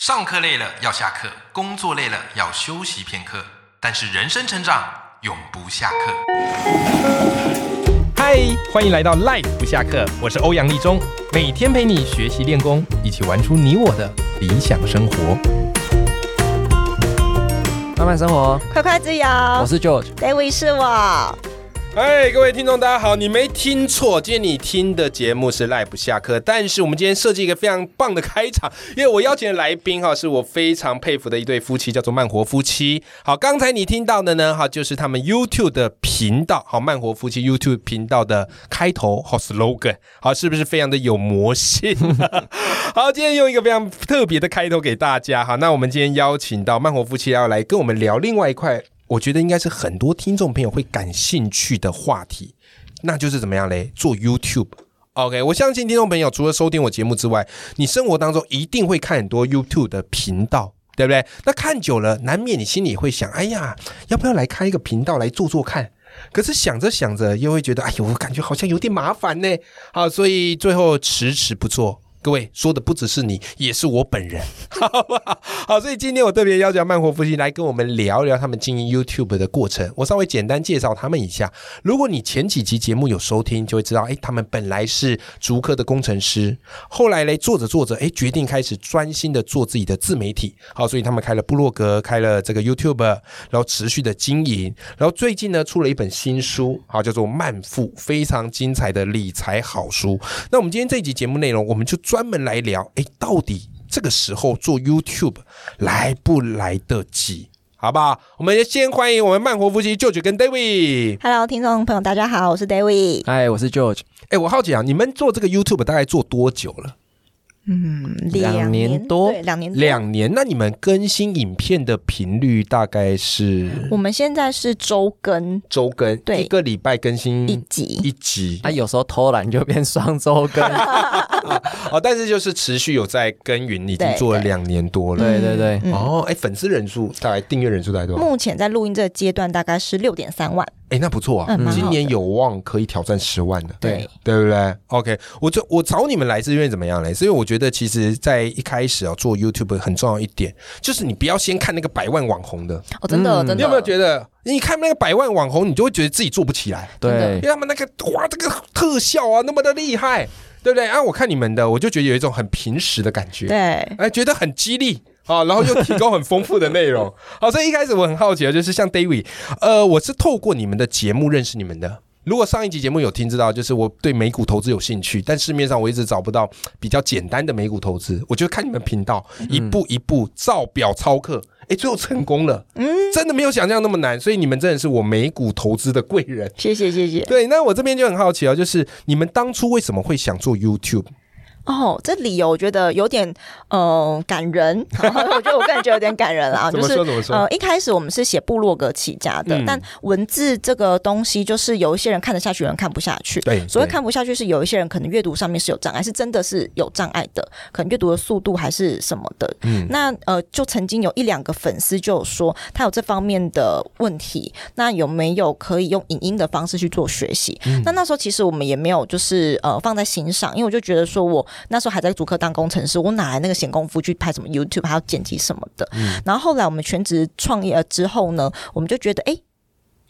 上课累了要下课，工作累了要休息片刻，但是人生成长永不下课。嗨，欢迎来到 Life 不下课，我是欧阳立中，每天陪你学习练功，一起玩出你我的理想生活。慢慢生活，快快之我遥是 George。 ，David 是我，嗨，哎各位听众，大家好！你没听错，今天你听的节目是《赖不下课》，但是我们今天设计一个非常棒的开场，因为我邀请的来宾哈，是我非常佩服的一对夫妻，叫做慢活夫妻。好，刚才你听到的呢，哈，就是他们 YouTube 的频道，好，慢活夫妻 YouTube 频道的开头和 slogan，好，是不是非常的有魔性？ 好，今天用一个非常特别的开头给大家哈。那我们今天邀请到慢活夫妻要来跟我们聊另外一块，我觉得应该是很多听众朋友会感兴趣的话题，那就是怎么样嘞？做 YouTube。OK，我相信听众朋友除了收听我节目之外，你生活当中一定会看很多 YouTube 的频道。对不对？那看久了，难免你心里会想：哎呀，要不要来开一个频道来做做看？可是想着想着，又会觉得：哎呦，我感觉好像有点麻烦呢。好，所以最后迟迟不做。各位说的不只是你，也是我本人，好不好？好，所以今天我特别邀请慢活夫妻来跟我们聊聊他们经营 YouTube 的过程。我稍微简单介绍他们一下。如果你前几集节目有收听，就会知道，哎，他们本来是竹科的工程师，后来嘞做着做着，哎，决定开始专心的做自己的自媒体。好，所以他们开了部落格，开了这个 YouTube，然后持续的经营，然后最近呢出了一本新书，好叫做《慢富》，非常精彩的理财好书。那我们今天这一集节目内容，我们就专门来聊，哎，到底这个时候做 YouTube 来不来得及？好不好？我们先欢迎我们慢活夫妻舅舅跟 David。 ，Hello，听众朋友，大家好，我是 David。嗨，我是 George。哎、我好奇啊，你们做这个 YouTube 大概做多久了？嗯，两年多对，两年多。两年。那你们更新影片的频率大概是我们现在是周更周更，对一个礼拜更新一集，嗯一集啊，有时候偷懒就变双周更。 哦，但是就是持续有在耕耘，已经对做了对两年多了。对对对，嗯哦，哎、粉丝人数大概订阅人数大概多少？目前在录音这个阶段大概是六点三万，哎、那不错啊，嗯，蛮好的今年有望可以挑战十万的。对对不对？OK，我就我找你们来是因为怎么样嘞？是因为我觉得其实，在一开始啊，做 YouTube 很重要一点，就是你不要先看那个百万网红的。哦，真的嗯真的。你有没有觉得，你看那个百万网红，你就会觉得自己做不起来，因对为他们那个哇，这个特效啊，那么的厉害，对不对？啊，我看你们的，我就觉得有一种很平实的感觉。对，哎，觉得很激励。啊，然后又提供很丰富的内 容。好，所以一开始我很好奇的啊就是像 David，呃，我是透过你们的节目认识你们的。如果上一集节目有听知道，就是我对美股投资有兴趣，但市面上我一直找不到比较简单的美股投资，我就看你们频道嗯一步一步照表操课，哎，最后成功了，嗯，真的没有想象那么难，所以你们真的是我美股投资的贵人。谢谢谢谢。对，那我这边就很好奇啊，就是你们当初为什么会想做 YouTube？哦，这理由我觉得有点呃 感人，我觉得我个人觉得有点感人啦，怎就么是说怎么说？呃，一开始我们是写部落格起家的，嗯但文字这个东西，就是有一些人看得下去，有人看不下去。对，所谓对看不下去，是有一些人可能阅读上面是有障碍，是真的是有障碍的，可能阅读的速度还是什么的。嗯那呃，就曾经有一两个粉丝就有说他有这方面的问题，那有没有可以用影音的方式去做学习？嗯那那时候其实我们也没有就是呃放在心上，因为我就觉得说我那时候还在主科当工程师，我哪来那个闲工夫去拍什么 YouTube 还有剪辑什么的？嗯然后后来我们全职创业了之后呢，我们就觉得哎。诶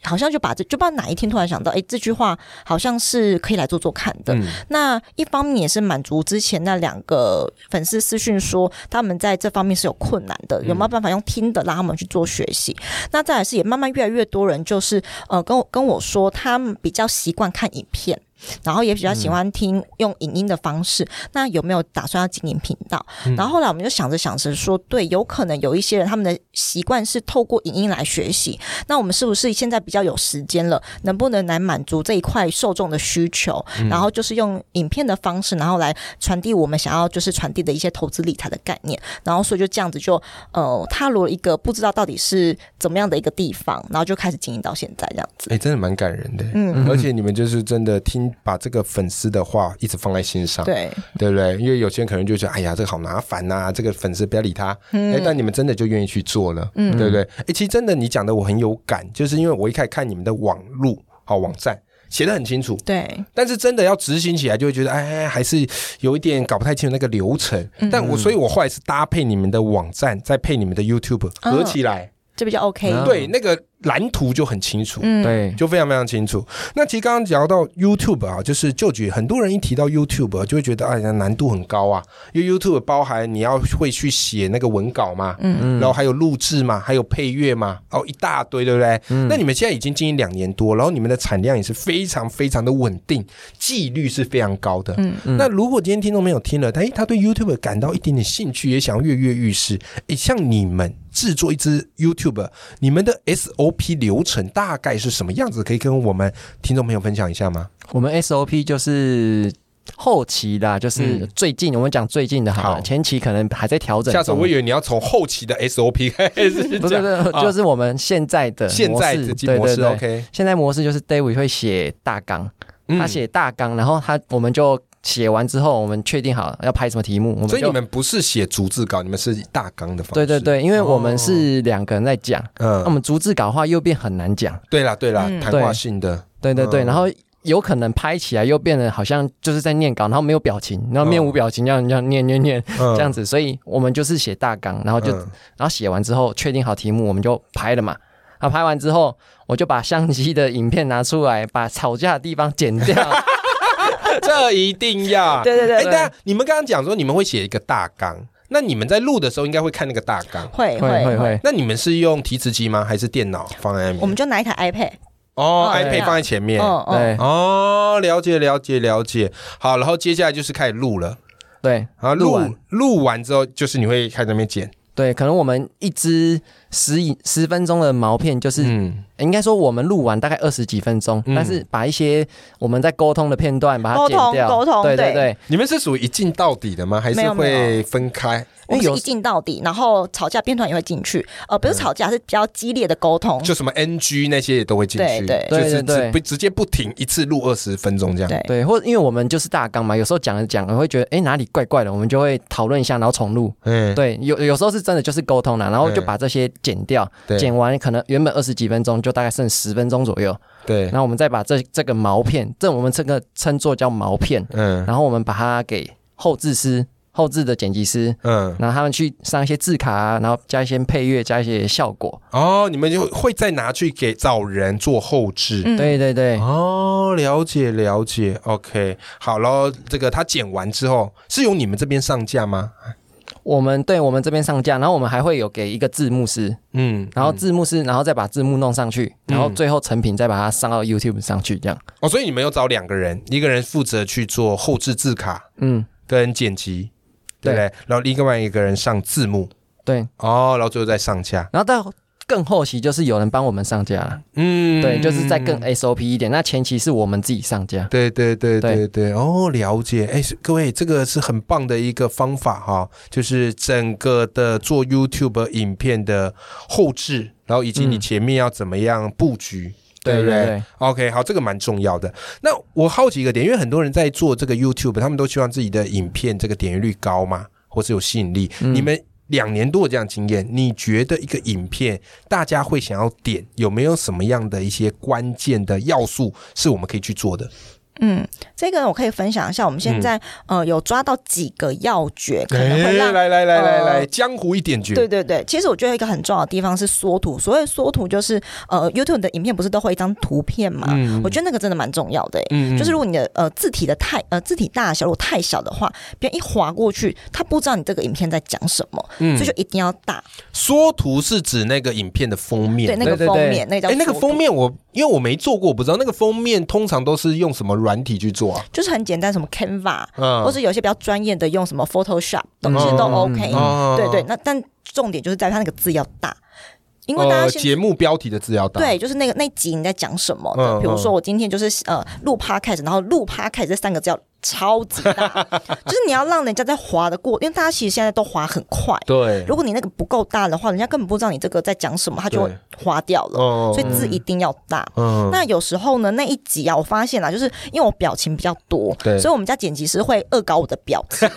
好像就把这就不知道哪一天突然想到，哎、这句话好像是可以来做做看的。嗯那一方面也是满足之前那两个粉丝私讯说他们在这方面是有困难的，有没有办法用听的让他们去做学习？那再来是也慢慢越来越多人就是呃跟我跟我说他们比较习惯看影片。然后也比较喜欢听用影音的方式，那有没有打算要经营频道？然后后来我们就想着想着说，对，有可能有一些人他们的习惯是透过影音来学习，那我们是不是现在比较有时间了，能不能来满足这一块受众的需求？嗯然后就是用影片的方式，然后来传递我们想要就是传递的一些投资理财的概念。然后所以就这样子就呃踏入了一个不知道到底是怎么样的一个地方，然后就开始经营到现在这样子。哎、真的蛮感人的。嗯，而且你们就是真的听把这个粉丝的话一直放在心上，对，对不对？因为有些人可能就觉得，哎呀，这个好麻烦呐、这个粉丝不要理他。哎、但你们真的就愿意去做了，嗯对不对？哎、其实真的你讲的我很有感，就是因为我一开始看你们的网路好网站。写的很清楚，对，但是真的要执行起来，就会觉得哎，还是有一点搞不太清楚那个流程。嗯但我所以，我后来是搭配你们的网站，再配你们的 YouTube 嗯合起来，这比较 OK。嗯对那个蓝图就很清楚。嗯， 对，就非常非常清楚。那其实刚刚聊到 YouTube 啊，就是就举很多人一提到 YouTube 啊就会觉得哎呀难度很高啊，因为 YouTube 包含你要会去写那个文稿嘛，嗯然后还有录制嘛，还有配乐嘛，哦一大堆，对不对？嗯那你们现在已经经营两年多，然后你们的产量也是非常非常的稳定，纪律是非常高的。嗯那如果今天听众朋友听了，他诶他对 YouTube 感到一点点兴趣，也想要跃跃欲试，诶，像你们制作一支 YouTube，你们的 SOP 流程大概是什么样子？可以跟我们听众朋友分享一下吗？我们 SOP 就是。后期的啊，就是嗯最近，我们讲最近的好了，好前期可能还在调整中。下次我以为你要从后期的 SOP 开始不是讲不，是，啊 就是我们现在的现在模式自己对模对式对 OK，现在模式就是 David 会写大纲，嗯他。写大纲，然后他我们就写完之后，我们确定好要拍什么题目，我们所以就你们不是写逐字稿，你们是以大纲的方对式。对，对，因为我们哦是两个人在讲，那我嗯，们逐字稿的话又变很难讲，对啦对啦，嗯谈话性的，对对对，嗯然后有可能拍起来又变得好像就是在念稿，然后没有表情，然后嗯面无表情，这样这样念念念这这样子，所以我们就是写大纲，然后嗯就然后写完之后确定好题目，我们就拍了嘛。那拍完之后，我就把相机的影片拿出来，把吵架的地方剪 掉。这一定 要。对对哎，对，大家，你们刚刚讲说你们会写一个大纲，那你们在录的时候应该会看那个大纲。会会会会会，会，那你们是用提词机吗？还是电脑放在那我边？们就拿一台 iPad，哦哦对，iPad 啊放在前面。嗯嗯，对哦，了解了解了解。好，然后接下来就是开始录了。对然后录录完录完之后，就是你会开始那边剪。对，可能我们一支十以十分钟的毛片，就是、嗯，应该说我们录完大概二十几分钟，嗯但是把一些我们在沟通的片段把它沟剪通掉，沟通对对对对，你们是属于一镜到底的吗？还没是有没有会分开？我因为们是有嗯一进到底，然后吵架辩论也会进去，呃，不是吵架，是比较激烈的沟通，就什么 NG 那些也都会进去，对对就是对对直对不直接不停一次录二十分钟这样。对对，或因为我们就是大纲嘛，有时候讲着讲着会觉得，哎、哪里怪怪的，我们就会讨论一下，然后重录。嗯，对，有有时候是真的就是沟通了，然后就嗯把这些剪掉，对剪完可能原本二十几分钟，就大概剩十分钟左右，对然，后我们再把这这个毛片，这我们这个称作叫毛片，嗯然后我们把它给后置师、后置的剪辑师，嗯，然后他们去上一些字卡啊，然后加一些配乐，加一些效果。哦，你们就会再拿去给找人做后置。嗯对对对，哦，了解了解，OK，好喽。这个他剪完之后是由你们这边上架吗？我们对我们这边上架，然后我们还会有给一个字幕师，嗯，然后嗯字幕师，然后再把字幕弄上去，然后嗯最后成品再把它上到 YouTube 上去，这样。哦，所以你们有找两个人，一个人负责去做后置字卡嗯，跟剪辑，对不对？然后另外一个人上字幕，对。哦，然后最后再上架。然后到更后期就是有人帮我们上架了，嗯，对，就是再更 SOP 一点。那前期是我们自己上架，对对对对对对，哦，了解。哎，是各位，这个是很棒的一个方法哈、就是整个的做 YouTube 影片的后置，然后以及你嗯前面要怎么样布局，对对不对对 OK，好，这个蛮重要的。那我好奇一个点，因为很多人在做这个 YouTube，他们都希望自己的影片这个点阅率高嘛，或是有吸引力。嗯你们两年多的这样经验，你觉得一个影片大家会想要点，有没有什么样的一些关键的要素是我们可以去做的？嗯，这个我可以分享一下，我们现在、呃有抓到几个要诀，可能会嗯哎让来来来来来，呃江湖一点嗯诀。对对对，其实我觉得一个很重要的地方是缩图。所谓缩图，就是呃，YouTube 的影片不是都会一张图片嘛？嗯我觉得那个真的蛮重要的、欸。嗯就是如果果你的呃字体的太呃字体大小如果太小的话，别人一划过去，他不知道你这个影片在讲什么，嗯所以就一定要大。缩图是指那个影片的封面，对，那个对对封对面，那个叫哎，那个缩封图面我因为我没做过，我不知道那个封面通常都是用什么软体去做啊？就是很简单，什么 Canva，、嗯，或者有些比较专业的用什么 Photoshop，都嗯其实都嗯 OK、哦对对，那但重点就是在于它那个字要大，因为大家呃现在节目标题的字要大，对，就是那个那一集你在讲什么嗯的？比如嗯说我今天就是呃录 podcast，然后录 podcast 这三个字要超级 大，就是你要让人家在滑的过，因为大家其实现在都滑很快。对，如果你那个不够大的话，人家根本不知道你这个在讲什么，他就对会滑掉了。哦所以字一定要大。嗯那有时候呢，那一集啊，我发现啊，就是因为我表情比较多，对 所以我们家剪辑师会恶搞我的表情，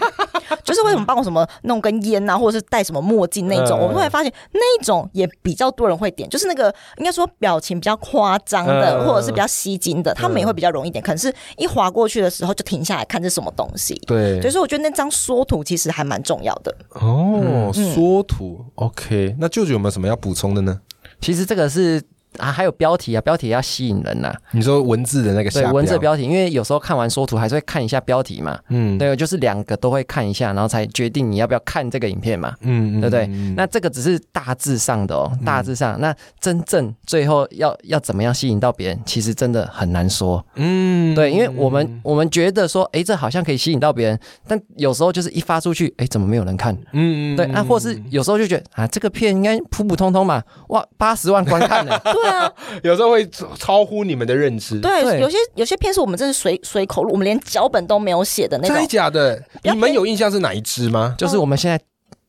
就是为什么帮我什么弄根烟啊，或者是戴什么墨镜那种，嗯我后来发现那一种也比较多人会点，就是那个应该说表情比较夸张的，嗯或者是比较吸睛的，他们也会比较容易点，可能是一划过去的时候就停下来看这是什么东西。对所以说，我觉得那张缩图其实还蛮重要 的。，哦，缩图，OK。那舅舅有没有什么要补充的呢？其实这个是啊，还有标题啊，标题要吸引人呐、啊你说文字的那个对下，文字，标题，因为有时候看完缩图还是会看一下标题嘛。嗯，对，就是两个都会看一下，然后才决定你要不要看这个影片嘛，嗯，嗯对不对？嗯那这个只是大致上的哦，大致上。那真正最后要要怎么样吸引到别人，其实真的很难说。嗯对，因为我们我们觉得说，诶，这好像可以吸引到别人，但有时候就是一发出去，诶，怎么没有人看？嗯对，那、啊或是有时候就觉得啊，这个片应该普普通通嘛，哇，八十万观看呢 对啊，有时候会超超乎你们的认知，对，对有些有些片是我们真是随随口录，我们连脚本都没有写的那真的种。假的？要你们有印象是哪一支吗？就是我们现在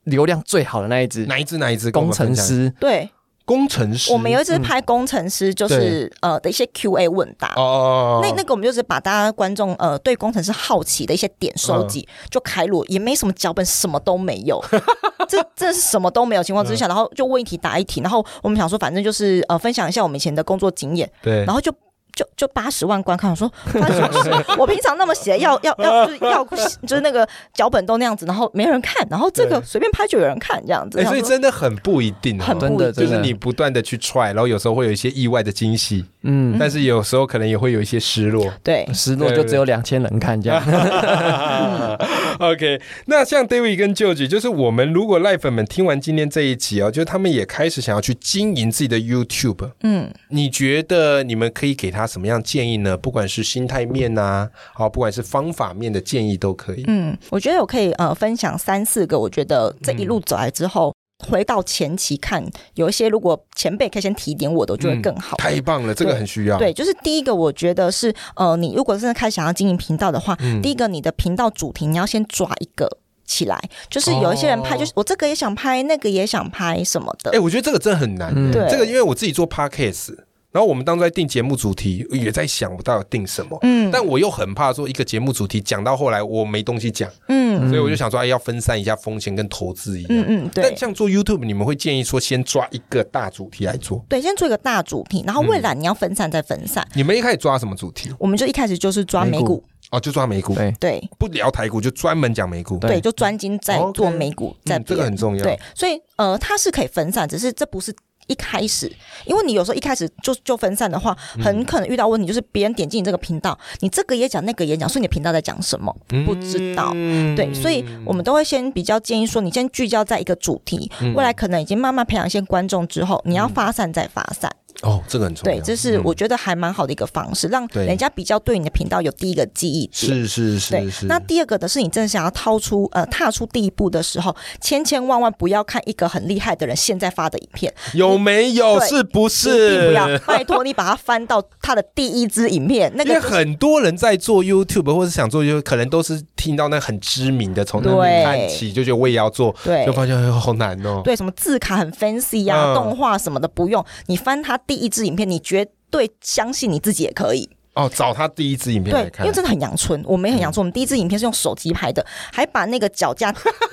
流量最好的那一支哪一支？哪一支？跟我工们分程享，师，对，工程师，我们有一次拍工程师，就是、呃的一些 Q&A 问答。哦哦，哦那那个我们就是把大家观众呃对工程师好奇的一些点嗯收集，就开录，也没什么脚本，什么都没有， 这这是什么都没有情况嗯之下，然后就问一题答一题，然后我们想说反正就是呃分享一下我们以前的工作经验，对然，后就。就就八十万观看，我说发生什么事？ 我平常那么写，要要要就是要就是那个脚本都那样子，然后没人看，然后这个对随便拍就有人看这样子。哎，所以然后说真的很不一定哦，很真的就真是的你不断的去 try，然后有时候会有一些意外的惊喜，嗯，但是有时候可能也会有一些失 落。对，失落就只有两千人看这 样。嗯 OK，那像 David 跟 George，就是我们如果赖粉们听完今天这一集哦，就是他们也开始想要去经营自己的 YouTube，嗯，你觉得你们可以给他什么样建议呢？不管是心态面呐、啊，好，不管是方法面的建议都可以。嗯，我觉得我可以呃分享三四个，我觉得这一路走来之后，回到前期看，有一些如果前辈可以先提点我的，我嗯觉得更好。太棒了，这个很需要。对，，就是第一个，我觉得是呃，你如果真的开始想要经营频道的话，嗯第一个你的频道主题你要先抓一个起来，就是有一些人拍，哦就是我这个也想拍，那个也想拍什么的。哎、我觉得这个真的很难、嗯对这个因为我自己做 Podcast，然后我们当初在定节目主题，也在想我到底定什么。嗯但我又很怕说一个节目主题讲到后来我没东西讲，嗯所以我就想说，哎，要分散一下风险跟投资一样。嗯嗯，对但。像做 YouTube，你们会建议说先抓一个大主题来做。对，先做一个大主题，然后未来你要分散再分散。你们一开始抓什么主题？我们就一开始就是抓美美股股，哦，就抓美股，对对不聊台股，就专门讲美股。对对，就专精在哦 OK 做美股，在嗯，这个很重要。对，所以呃，它是可以分散，只是这不是一开始，因为你有时候一开始就就分散的话，很嗯可能遇到问题，就是别人点进你这个频道，你这个也讲，那个也讲，所以你的频道在讲什么？嗯，不知道嗯对，所以我们都会先比较建议说，你先聚焦在一个主题，嗯未来可能已经慢慢培养一些观众之后，你要发散再发散。哦，这个很嗯重要。对，这是我觉得还蛮好的一个方式，让对人家比较对你的频道有第一个记忆点。是是对是是。，那第二个的是，你真的想要掏出呃踏出第一步的时候，千千万万不要看一个很厉害的人现在发的影片，有没有？对是不一定是？不要，拜托你把它翻到他的第一支影片，那因 为个就是很多人在做 YouTube 或者想做 YouTube，可能都是听到那很知名的，从那对里看起，就觉得我也要做，对就发现哎呦好难哦。对什么字卡很 fancy 啊，嗯动画什么的不用，你翻他第一支影片，你绝对相信你自己也可以。哦，找他第一支影片对来，因看嗯为。真的很阳春，我们也很阳春。我们第一支影片是用手机拍的，还把那个脚架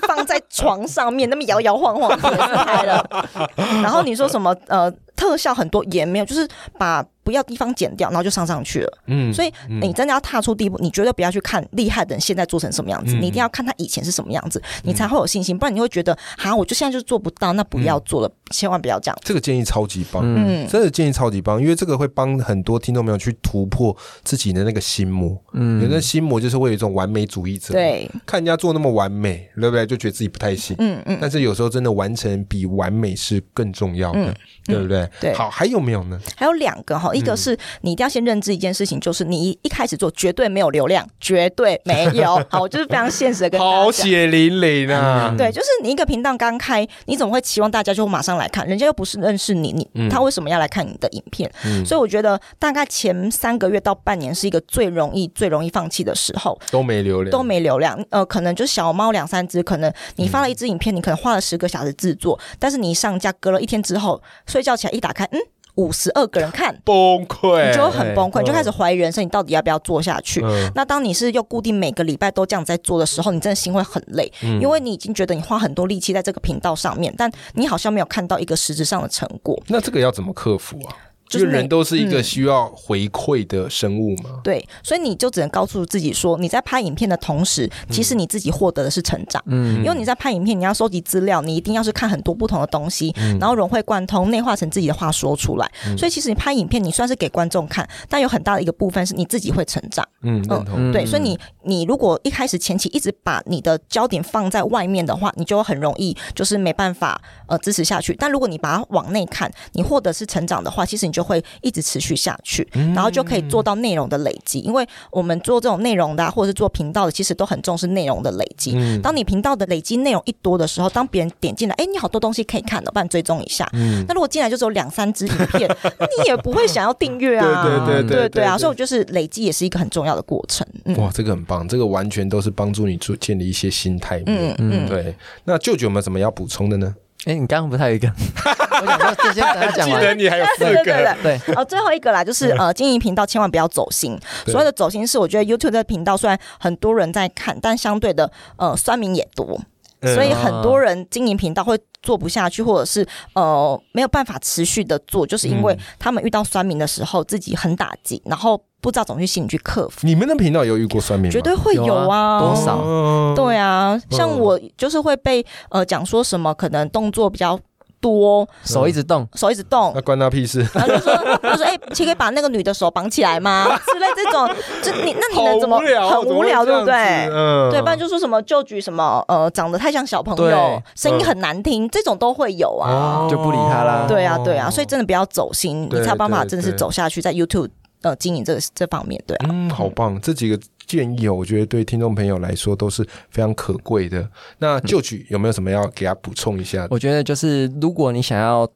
放在床上面，那么摇摇晃晃的拍了。 然后你说什么呃特效很多也没有，就是把不要地方剪掉，然后就上上去了。嗯所以你真的要踏出第一步，你绝对不要去看厉害的人现在做成什么样子，嗯你一定要看他以前是什么样子，你才会有信心。不然你会觉得，哈，我就现在就做不到，那不要嗯做了，千万不要这样。这个建议超级棒。嗯嗯，真的建议超级棒，因为这个会帮很多听众朋友去突破自己的那个心魔。有嗯，的心魔就是会有一种完美主义者，，对，看人家做那么完美，对不对？就觉得自己不太行。嗯嗯。但是有时候真的完成比完美是更重要的，嗯对不对？对好，还有没有呢？还有两个哈，一个是你一定要先认知一件事情，就是你一一开始做绝对没有流量，绝对没有。好，我就是非常现实的跟大好家讲。嗯血淋淋啊！对，就是你一个频道刚开，你怎么会期望大家就马上来看？人家又不是认识你，你他为什么要来看你的影片？所以我觉得大概前三个月到半年是一个最容易、最容易放弃的时候，都没流量，都没流量。呃，可能就小猫两三只，可能你发了一支影片，你可能花了十个小时制作，但是你上架隔了一天之后，睡觉起来一打开，嗯，五十二个人看，崩溃，你就会很崩溃，嗯你就开始怀疑人生，你到底要不要做下去？嗯那当你是又固定每个礼拜都这样在做的时候，你真的心会很累，嗯因为你已经觉得你花很多力气在这个频道上面，但你好像没有看到一个实质上的成果。那这个要怎么克服啊？就就嗯是是每人都是一个需要回馈的生物嘛。对，所以你就只能告诉自己说，你在拍影片的同时，其嗯实你自己获得的是成长。嗯因为你在拍影片，你要收集资料，你一定要去看很多不同的东西，嗯然后融会贯通，内化成自己的话说出来。所以其实你拍影片，你算是给观众看，但有很大的一个部分是你自己会成长。嗯，认同。嗯对，所以你你如果一开始前期一直把你的焦点放在外面的话，你就会很容易就是没办法呃支持下去。但如果你把它往内看，你获得是成长的话，其实你就会一直持续下去，嗯然后就可以做到内容的累积。因为我们做这种内容的、啊，或者是做频道的，其实都很重视内容的累积。嗯当你频道的累积内容一多的时候，当别人点进来，哎，你好多东西可以看的，帮你追踪一下。嗯那如果进来就只有两三支影片，你也不会想要订阅啊。 对对对对对啊，所以我就是累积也是一个很重要的过程。嗯哇，这个很棒，这个完全都是帮助你做建立一些心态面。嗯嗯，对，那舅舅有没有什么要补充的呢？哎，你刚刚不太有一个， 我想说这些等他讲记完得，你还有四 对对对个，对。对，哦，最后一个啦，就是呃，经营频道千万不要走心。对所谓的走心是，我觉得 YouTube 的频道虽然很多人在看，但相对的呃，酸民也多，嗯所以很多人经营频道会做不下去，或者是呃没有办法持续的做，就是因嗯为他们遇到酸民的时候自己很打击，然后不知道怎么去心里去克服，你们的频道有遇过算命吗？绝对会有啊啊，多少哦对啊，像嗯我就是会被呃讲说什么可能动作比较多，手一直动，手一直动那，关他屁事，然后就说 他说哎，请、可以把那个女的手绑起来吗？之类这种，就你那你能怎么好无聊，很无聊，怎么对不会这样对子？嗯，对，不然就说什么旧局什么呃，长得太像小朋友对，声音很难听，这种都会有啊。嗯哦就不理他啦对啊，对啊，所以真的不要走心，对你才有办法对真的是对走下去，在 YouTube 呃经营这这方面，对啊，嗯，好棒！这几个建议哦，我觉得对听众朋友来说都是非常可贵的。那旧曲有没有什么要给他补充一下？我觉得就是，如果你想要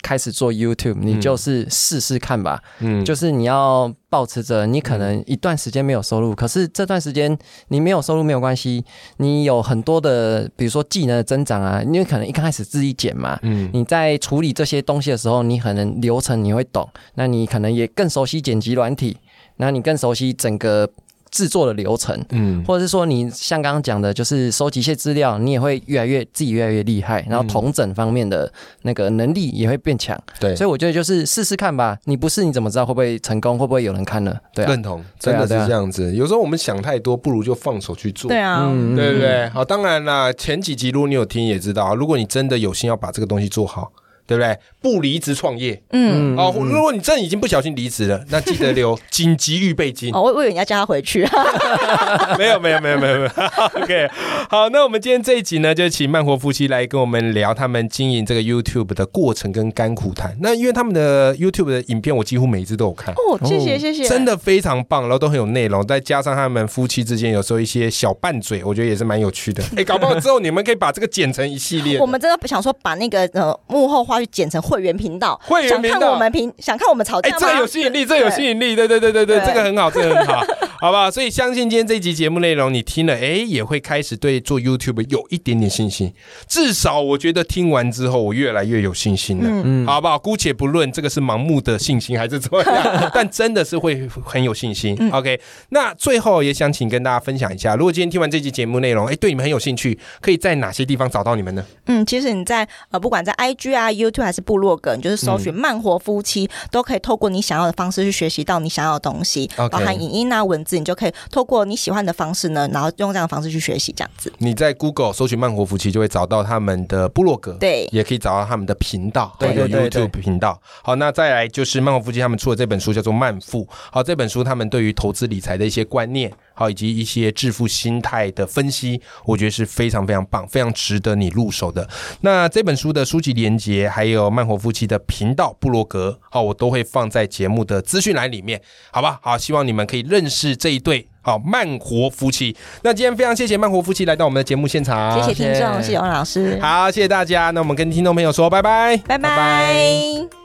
开始做 YouTube，你就是试试看吧。嗯，就是你要保持着，你可能一段时间没有收嗯入，可是这段时间你没有收入没有关系，你有很多的，比如说技能的增长啊，因为可能一开始自己剪嘛。嗯你在处理这些东西的时候，你可能流程你会懂，那你可能也更熟悉剪辑软体，那你更熟悉整个制作的流程。嗯或者是说你像刚刚讲的，就是收集一些资料，你也会越来越自己越来越厉害，然后同整方面的那个能力也会变强。对，所以我觉得就是试试看吧，你不试你怎么知道会不会成功，会不会有人看呢？对啊，认同，对真啊的是对啊这样子。有时候我们想太多，不如就放手去做。对啊，嗯对不对？好，当然啦，前几集如果你有听也知道啊，如果你真的有心要把这个东西做好，对不对？不离职创业嗯。啊、哦，如果你真的已经不小心离职了，那记得 留紧急预备金。哦，我我以为你要叫他回去， 啊没有没有没有没有没有。OK，好，那我们今天这一集呢，就请慢活夫妻来跟我们聊他们经营这个 YouTube 的过程跟甘苦谈。那因为他们的 YouTube 的影片，我几乎每一支都有看。哦，谢谢谢谢，真的非常棒，然后都很有内容，再加上他们夫妻之间有时候一些小拌嘴，我觉得也是蛮有 趣的。哎、搞不好之后你们可以把这个剪成一系列的。我们真的想说把那个呃幕后花絮剪成会员频道，会员频道想看我们频，想看我们吵哎、架吗？这有吸引力，这有吸引力，对对对对对，对这个很好，这个很好，好不好？所以相信今天这集节目内容你听了，哎、也会开始对做 YouTube 有一点点信心。至少我觉得听完之后，我越来越有信心了，好不好？姑且不论这个是盲目的信心还是怎么 样，但真的是会很有信心。OK，那最后也想请跟大家分享一下，如果今天听完这集节目内容，哎、对你们很有兴趣，可以在哪些地方找到你们呢？嗯，其实你在呃，不管在 IG 啊、YouTube 还是部落格，你就是搜寻“慢活夫妻”，都可以透过你想要的方式去学习到你想要的东西 OK 包含影音啊、文字，你就可以透过你喜欢的方式呢，然后用这样的方式去学习，这样子。你在 Google 搜寻慢活夫妻，就会找到他们的部落格，对也可以找到他们的频道，对有对对 YouTube 频道。好，那再来就是慢活夫妻他们出的这本书叫做《慢富》，好，这本书他们对于投资理财的一些观念，好，以及一些致富心态的分析，我觉得是非常非常棒，非常值得你入手的。那这本书的书籍连接，还有慢活夫妻的频道部落格，好，我都会放在节目的资讯栏里面，好吧？好，希望你们可以认识这一对好慢活夫妻。那今天非常谢谢慢活夫妻来到我们的节目现场，谢谢听众，谢谢谢谢王老师，好，谢谢大家。那我们跟听众朋友说拜拜。拜拜。拜拜